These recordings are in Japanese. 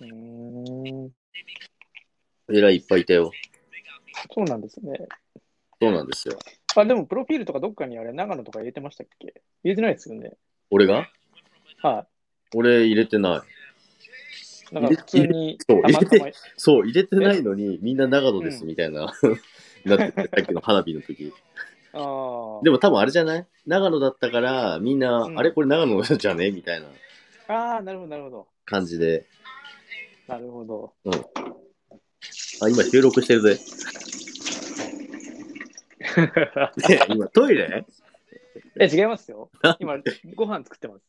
うーん。えらいいっぱいいたよ。そうなんですね。そうなんですよ。あ、でも、プロフィールとかどっかにあれ、長野とか入れてましたっけ入れてないですよね。俺がは俺入れてない。い。なんか、普通に、入れたまたそう入ま、そう、入れてないのに、みんな長野ですみたいな、 なってて、さっきの花火の時。ああ。でも多分あれじゃない長野だったから、みんな、うんあれこれ長野じゃねみたいなああ、なるほど、なるほど。感じで。なるほど。あ、今収録してるぜ。ね今トイレえ、違いますよ。今、ご飯作ってます。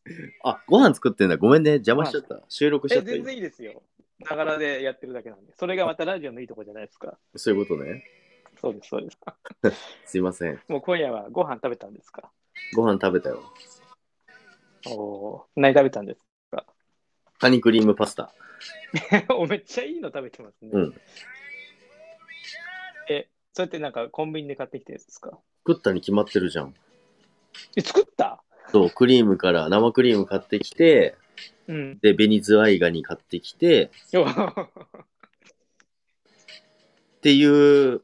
あ、ご飯作ってんだ。ごめんね。邪魔しちゃった。収録しちゃえ、った。全今然いいですよ。ながらでやってるだけなんで。それがまたラジオのいいとこじゃないですか。そういうことね。そうです、そうです。すいません。もう今夜はご飯食べたんですかご飯食べたよ。おおー、何食べたんですカニクリームパスタ。か おめっちゃいいの食べてますね。うんえ、そうやってなんかコンビニで買ってきたやつですか食ったに決まってるじゃん。え、作ったそう、クリームから、生クリーム買ってきて、うん。で、ベニズワイガニ買ってきて、よっていう、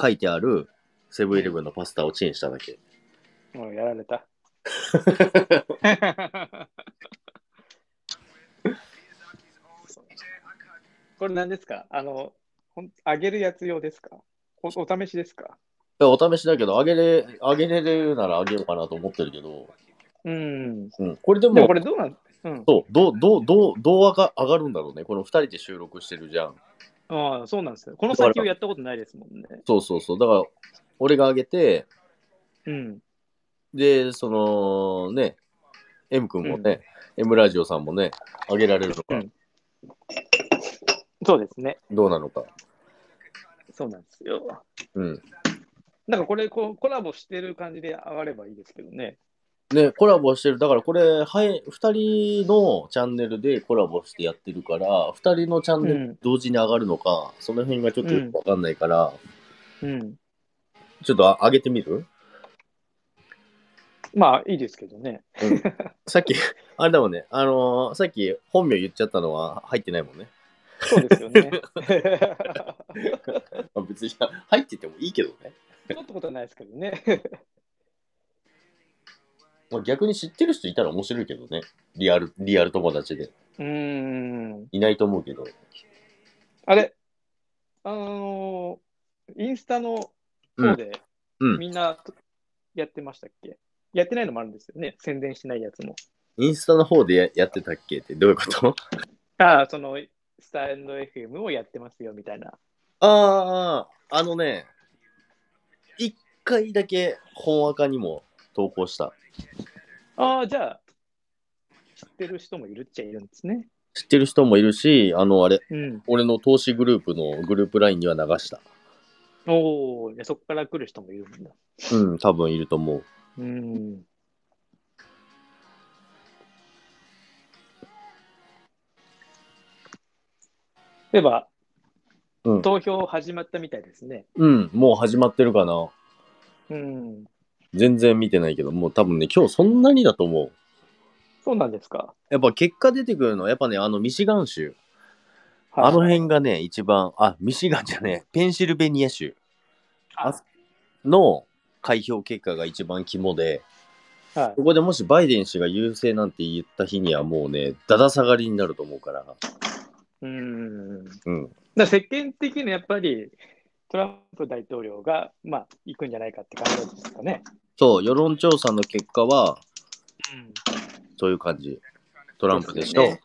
書いてある、セブンイレブンのパスタをチンしただけ。 もうやられた。 これ何ですかあの、ほんあげるやつ用ですかおお試しですかお試しだけど、あげれ、あげれるならあげようかなと思ってるけど、うん。でうん、これでも、もこれどうなんうん。そう、どう、どう、どう、どう上が上がるんだろうね。この二人で収録してるじゃん。ああ、そうなんですよ。この先をやったことないですもんね。そうそうそう。だから、俺が上げて、うん。で、その、ね、M 君もね、M ラジオさんもね、上げられるのうか、んそうですね。どうなのか。そうなんですよ。うん。なんかこれこう、コラボしてる感じで上がればいいですけどね。ね、コラボしてる。だからこれ、はい、2人のチャンネルでコラボしてやってるから、2人のチャンネうんル同時に上がるのか、その辺がちょっとよくわかんないから、うん。ちょっとあ上げてみる、まあ、いいですけどね。さっき、 あれだもんね、あのーさっき本名言っちゃったのは入ってないもんね。そうですよ ね。まあ別に入っててもいいけどね。ちょっとことはないですけどね。まあ、逆に知ってる人いたら面白いけどね。リアル、リアル友達で。 うーん。いないと思うけど。あれ、あのーインスタの方でうんうんみんなとやってましたっけ、やってないのもあるんですよね。宣伝しないやつも。インスタの方でややってたっけってどういうことああ、その、スタンド FM をやってますよみたいな。ああ、あのね、一回だけ本赤にも投稿した。ああ、じゃあ、知ってる人もいるっちゃいるんですね。知ってる人もいるし、あの、あれ、うん。俺の投資グループのグループラインには流した。おお、いやそこから来る人もいるんだ。うん、多分いると思う。うん。例えば、うん投票始まったみたいですね。うん、もう始まってるかな。うん。全然見てないけど、もう多分ね、今日そんなにだと思う。そうなんですか。やっぱ結果出てくるのは、やっぱね、あのミシガン州。はいあの辺がね、一番、あ、ミシガンじゃねえ、ペンシルベニア州あの開票結果が一番肝で、はいここでもしバイデン氏が優勢なんて言った日にはもうね、だだ下がりになると思うから、うん。だかうん、ら世間的にやっぱりトランプ大統領が、まあ、行くんじゃないかって感じですかね。そう、世論調査の結果は、うん。そういう感じ。トランプでしそうょ。です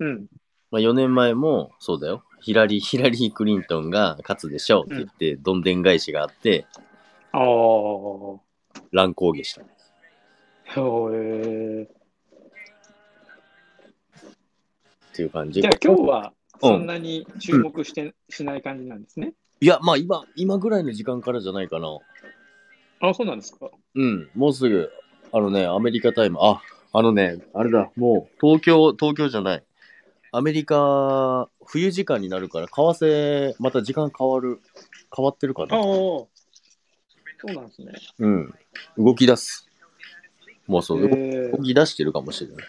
うん。まあ、4年前もそうだよ。ヒラリー、ヒラリー・クリントンが勝つでしょうって言って、どんでん返しがあって、ああ。お乱高下した。ーっていう感じ。じゃあ今日はうんそんなに注目して、しない感じなんですね。いや、まあ今、今ぐらいの時間からじゃないかな。あ、そうなんですか。うん、もうすぐ、あのね、アメリカタイム、あ、あのね、あれだ、もう、東京、東京じゃない。アメリカ、冬時間になるから、為替、また時間変わる、変わってるかああ、な。そうなんですね。うん、動き出す。もうそう、えー動き出してるかもしれない。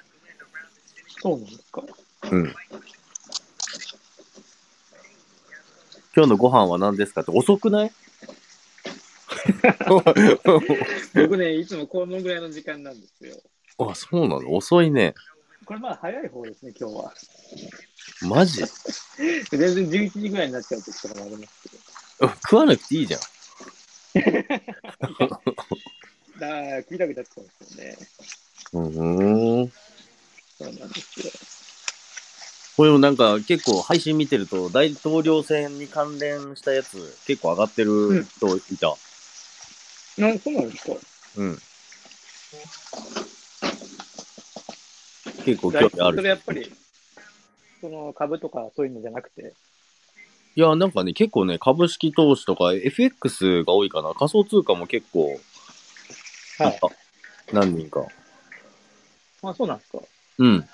そうなんですか。うん。今日のご飯は何ですかって遅くない僕ね、いつもこのぐらいの時間なんですよ。あ、そうなの遅いね。これまあ早い方ですね、今日は。マジ全然11時ぐらいになっちゃう時とかもありますけど。食わなくていいじゃん。だから食いたくなっちゃうんですよね。うん。そうなんですよ。これもなんか結構配信見てると大統領選に関連したやつ結構上がってる人いた。なんそうなんですか。うん。結構興大味あそれやるっ。ぱり、その株とかそういうのじゃなくて、いや、なんかね、結構ね、株式投資とか FX が多いかな。仮想通貨も結構、はないんか、何人か。まあそうなんですか。うん、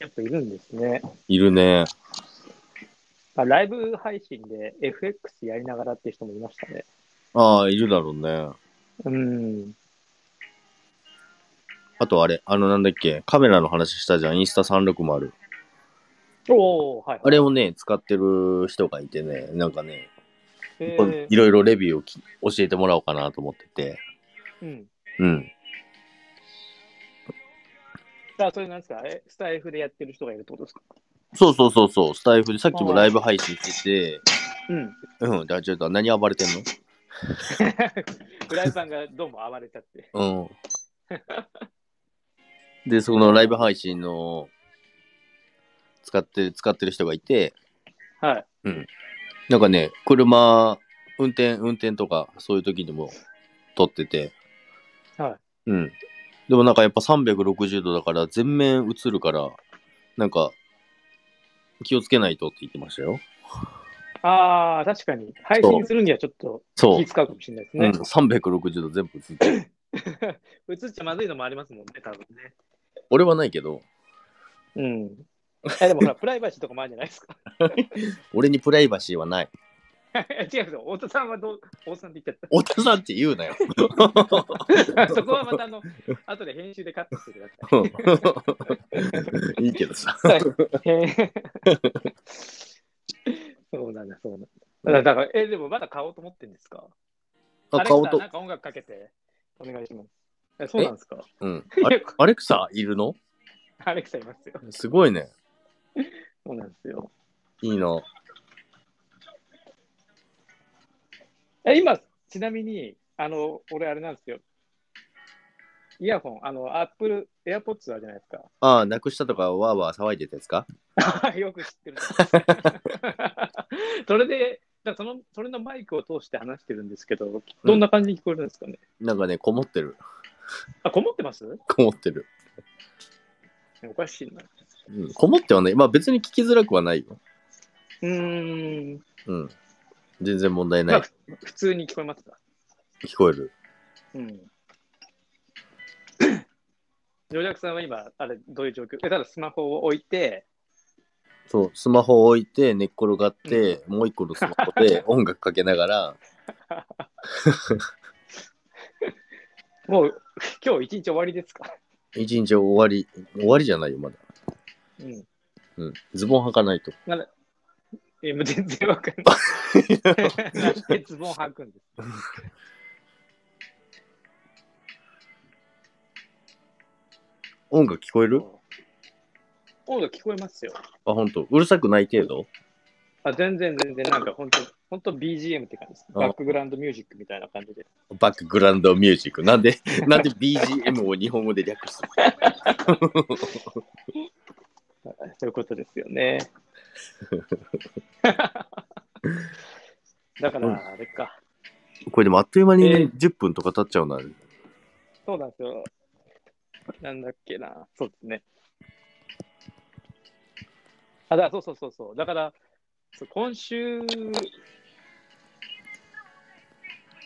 やっぱいるんですね。いるね。まあ、ライブ配信で FX やりながらっていう人もいましたね。ああ、いるだろうね。うん。あとあれ、あのなんだっけ、カメラの話したじゃん、インスタ360。おおはい。あれをね、使ってる人がいてね、なんかね、えーいろいろレビューをき教えてもらおうかなと思ってて。うん。うん。だからそれなんですかえスタイフでやってる人がいるってことですかそうそうそうそう、スタイフで、さっきもライブ配信してて、うん。うん、大丈夫だ。何暴れてんのフライパンがどうも暴れちゃって。 うん。で、そのライブ配信の使って、使ってる人がいて、はい。なんかね、車、運転、運転とか、そういう時にも撮ってて、はうん。でもなんかやっぱ360度だから、全面映るから、なんか、気をつけないとって言ってましたよ。ああ、確かに。配信するにはちょっとそう気。使うかもしれないですうん、ね。 360度全部映ってる。映っちゃまずいのもありますもんね、多分ね。俺はないけど、うん。えでもほら、プライバシーとかもあるんじゃないですか。 俺にプライバシーはない。違うぞ、太田さんはどう、太田さんって言っちお田さんって言うなよ。ゃ った。そこはまたあの、後で編集でカットしてください。うん いいけど さ。へーそうなんだ、そうなんだ。だからだから、え、でもまだ買おうと思ってんですかあ、アレクサ顔とな。んか音楽かけて、お願いします。え、そうなんですかうん。あれアレクサいるの アレクサいますよ。すごいね。そうなんですよ。いいな。え、今、ちなみに、あの、俺あれなんですよ。イヤホン、あの、Apple AirPods あるじゃないですああ、なくしたとかわーわー騒いでたやつかか。 よく知ってる。 それで、だからその、それのマイクを通して話してるんですけど、どんな感じに聞こえるんですかね。なんかね、こもってる。あ、こもってますこもってる。おかしいな。うん、こもってはない。まあ別に聞きづらくはないよ。うーん。うん。全然問題まなあい。普通に聞こえますか。聞こえる。うん。 ジョージャクさんは今、あれ、どういう状況え、ただスマホを置いて、そう、スマホを置いて寝っ転がって、もう一個のスマホで音楽かけながら、もう、 今日一日終わりですか。一日終わり、終わりじゃないよ、まだ。うん。うん。ズボン履かないと。え、もう全然わかんない。 なんでズボン履くんですか音楽聞こえる音楽聞こえますよ。あ、ほんと。うるさくない程度あ、全然全然、なんか本当本当 BGM って感じです。あバックグラウンドミュージックみたいな感じで。バックグラウンドミュージック。なん で、なんで BGM を日本語で略すそういうことですよ ね。だかうんら、あれか。のこれでもあっという間に、ねえ10分とか経っちゃうな。そうなんですよ。なんだっけな。そうですね。あ、だそうそうそうそう。だから、そう今週、ち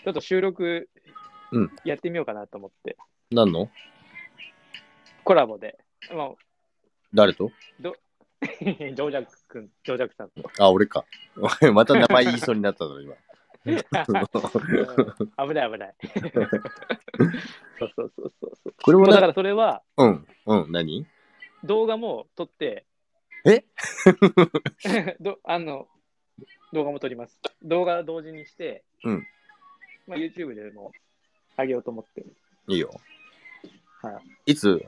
ょっと収録うんやってみようかなと思って、何のコラボで。まあ、 誰とジョージャック君、ジョージャックさんと。あ、俺か。 また名前言いそうになったの、今。うん危ない危 ない。そうそうそうそうそう。これもまあだなからそれはうん、うん、何動画も撮って、 どあの動画も撮ります。動画同時にして、うんまあ、YouTube でも上げようと思ってる。いいよ。。はいいつ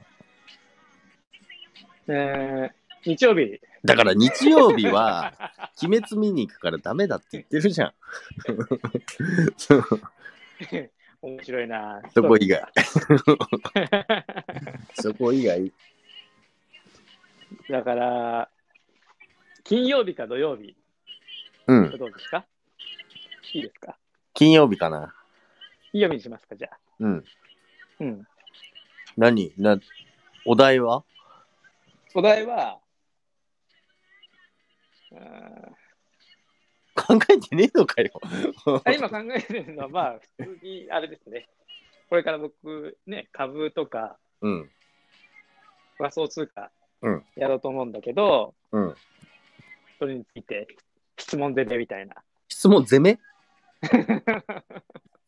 えー、日曜日。だから日曜日は、鬼滅見に行くからダメだって言ってるじ ゃん。そう面白いな。そこ以外。そこ以外。だから、金曜日か土曜日、うん。どうですかいいですか金曜日かな。いい曜日にしますかじゃあ。うん。うん。何な、お題は お題は、うーん考えてねえのかよ。あ今考えてるのは、まあ、普通にあれですね。これから僕、ね、株とかうん。仮想通貨うんやろうと思うんだけど、うん。それについて質問攻めみた いな。質問攻め質まあ、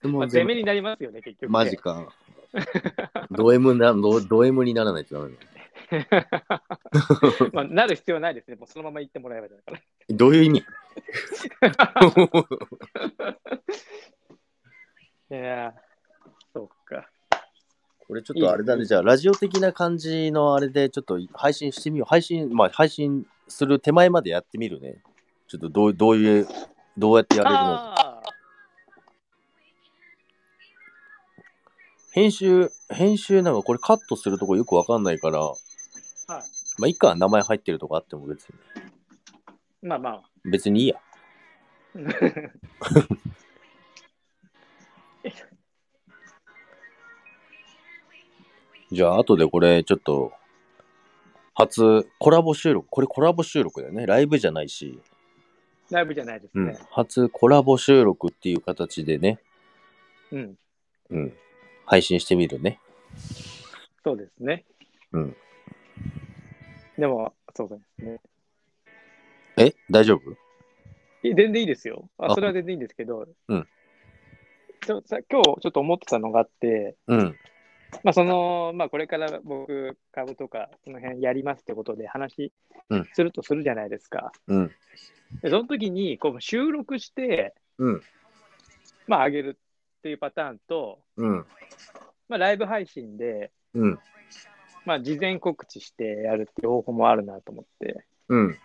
問攻めになりますよね、結局、ね。マジか。ド M な、ドド M にならないとダメだ。まあ、なる必要はないですね。もうそのまま言ってもらえばいいから。どういう意味い やーそうか。 これちょっとあれだね。じゃあ、ラジオ的な感じのあれで、ちょっと配信してみよう。配信、まあ、配信する手前までやってみるね。ちょっとどうどういう、どうやってやれるのああ編集、編集なんかこれカットするとこよくわかんないから、いまあ、いいか、名前入ってるとこあっても別に、ー、まあまあ。別にいいや。 じゃあ、後でこれちょっと、初、コラボ収録、これコラボ収録だよね。ライブじゃないし、ライブじゃないですうんね。、初コラボ収録っていう形でね、うん、うん、配信してみるね。そうですね。うん。でも、そうですね。え大丈夫い全然いいですよ。あ、あそれは全然いいんですけど。うんちょさ今日ちょっと思ってたのがあって、うん、まあ、その、まあ、これから僕、株とか、その辺やりますってことで話うんするとするじゃないですか。うん、でその時に、こう、収録して、うん、まあ、上げるっていうパターンと、うん、まあ、ライブ配信で、うん、まあ、事前告知してやるっていう方法もあるなと思って、うん。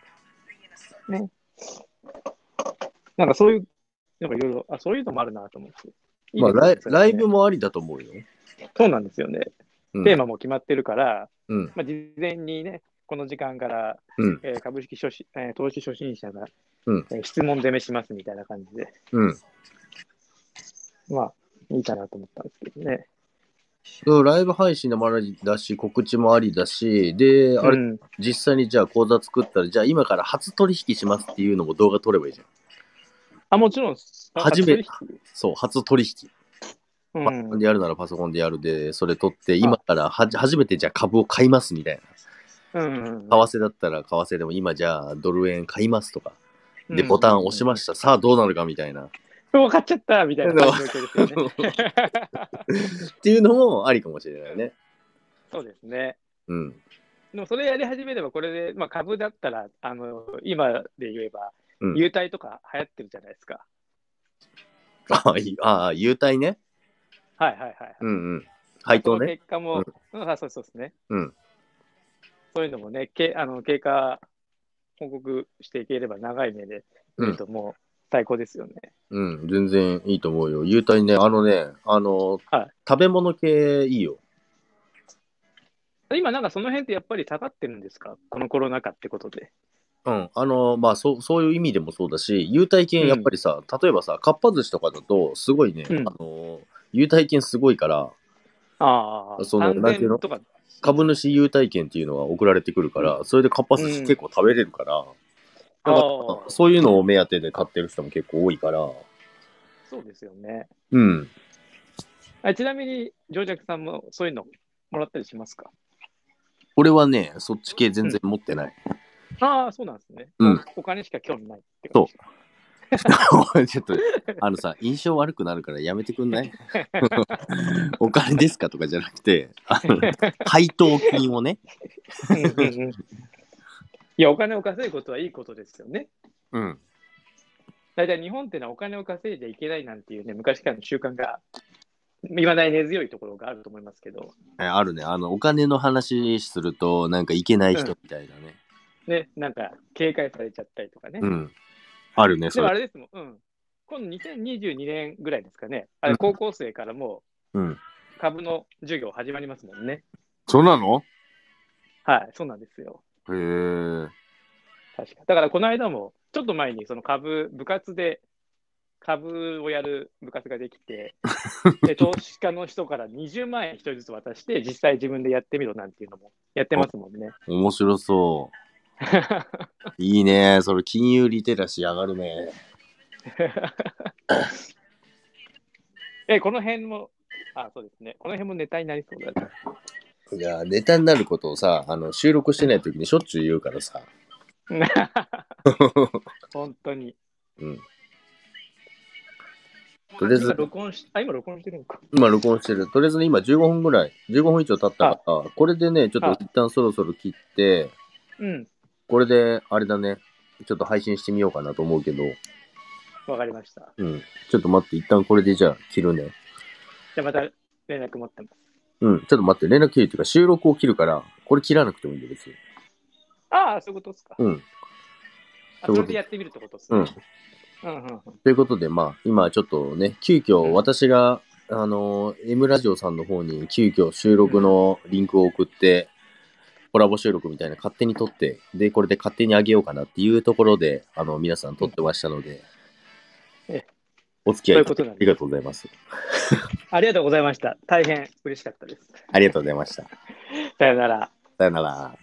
なんかそういう、なんかいろいろ、あ、そういうのもあるなと思って。いいまあ、ですねそライれねライブもありだと思うよ。そうなんですよね。うんテーマも決まってるから、うん、まあ、事前にね、この時間から、うんえー株式初心、えー投資初心者が、うんえー質問攻めしますみたいな感じで、うん。まあ、いいかなと思ったんですけどね。そうライブ配信でもありだし、告知もありだし、で、あれ、うん、実際にじゃあ講座作ったら、じゃあ今から初取引しますっていうのも動画撮ればいいじゃん。あ、もちろん、あ初め取そう、初取引。引パソコうンん、でやるならパソコンでやるで、それ撮って、今からはじ初めてじゃあ株を買いますみたいうんな。為替だったら為替でも今じゃあドル円買いますとか。で、ボタン押しまし。した。さあどうなるかみたいな。った 分かっちゃったみたいな感じの状況ですよね。ていうのもありかもしれないね。そうですね。うん。でもそれやり始めれば、これで、まあ、株だったら、あの今で言えばう、ん優待とか流行ってるじゃないですか。あいいああ、優待ね。はいはいはいはい。うんうん。配そ当のね。結果も、うんあそうそうですね。うんそういうのもね、けあの経過報告していければ長い目で見るともう最高ですよね。うん、全然いいと思うよ。優待ね、あのね、あの、はい食べ物系いいよ。今なんかその辺ってやっぱり下がってるんですかこのコロナ禍ってことで。うん、あの、まあそう、そういう意味でもそうだし、優待う券んやっぱりさ、例えばさ、かっぱ寿司とかだと、すごいね、うんあの、優待券すごいから、ああ、そのなんていうの3000とか。株主優待券っていうのが送られてくるから、それでかっぱ寿司結構食べれるから、あだあか、らそういうのを目当てで買ってる人も結構多いから、そうですよね。うん。あちなみに、ジョージャクさんもそういうのもらったりしますか俺はね、そっち系全然持ってない。ああ、そうなんですね。うんお金しか興味ないってそ感うじ。。 ちょっと、あのさ、印象悪くなるからやめてくん ないお金ですかとかじゃなくて、あの配当金をね、うんうんうんいや、お金を稼ぐことはいいことですよね。うん。大体日本ってのはお金を稼いでいけないなんていうね、昔からの習慣が、いまだに根強いところがあると思いますけど、えあるね。あの、お金の話すると、なんかいけない人みたいなね。ね、なんか警戒されちゃったりとかね。うん。あるね、でそもれあ。れですもん、うん。今度2022年ぐらいですかね、あれ高校生からもうん。う株の授業始まりますもんね。そうなのはい、そうなんですよ。へえ。確か。だからこの間も、ちょっと前にその株、部活で、株をやる部活ができ て、で投資家の人から20万円1人ずつ渡して、実際自分でやってみろなんていうのもやってますもんね。 面白そう。いいね。それ、金融リテラシー上がるね。え、この辺も、あ、そうですね。この辺もネタになりそうだね。いや、ネタになることをさ、あの、収録してない時にしょっちゅう言うから さ。本当に。うん。とり今あえず、録音し、あ、今録音してるのか。今録音してる。とりあえずね今15分ぐらい、15分以上経ったから、これでね、ちょっと一旦そろそろ切って、うん、これで、あれだね、ちょっと配信してみようかなと思うけど、わかりました。うん。ちょっと待って、一旦これでじゃあ切るね。じゃあまた連絡持ってます。うん、ちょっと待って、連絡切るっていうか収録を切るから、これ切らなくてもいいんだよ、別に。ああ、そういうことですか。うん。あそれでやってみるってことですね。うん。うんうんということで、まあ、今ちょっとね、急遽私が、あのー、M ラジオさんの方に急遽収録のリンクを送って、コラボ収録みたいな勝手に撮って、で、これで勝手にあげようかなっていうところで、あの、皆さん撮ってましたのでうんええ、お付き合いいそたういうことなんだきあですりがとうございます。ありがとうございました。大変嬉しかったです。ありがとうございました。さよなら。さよなら。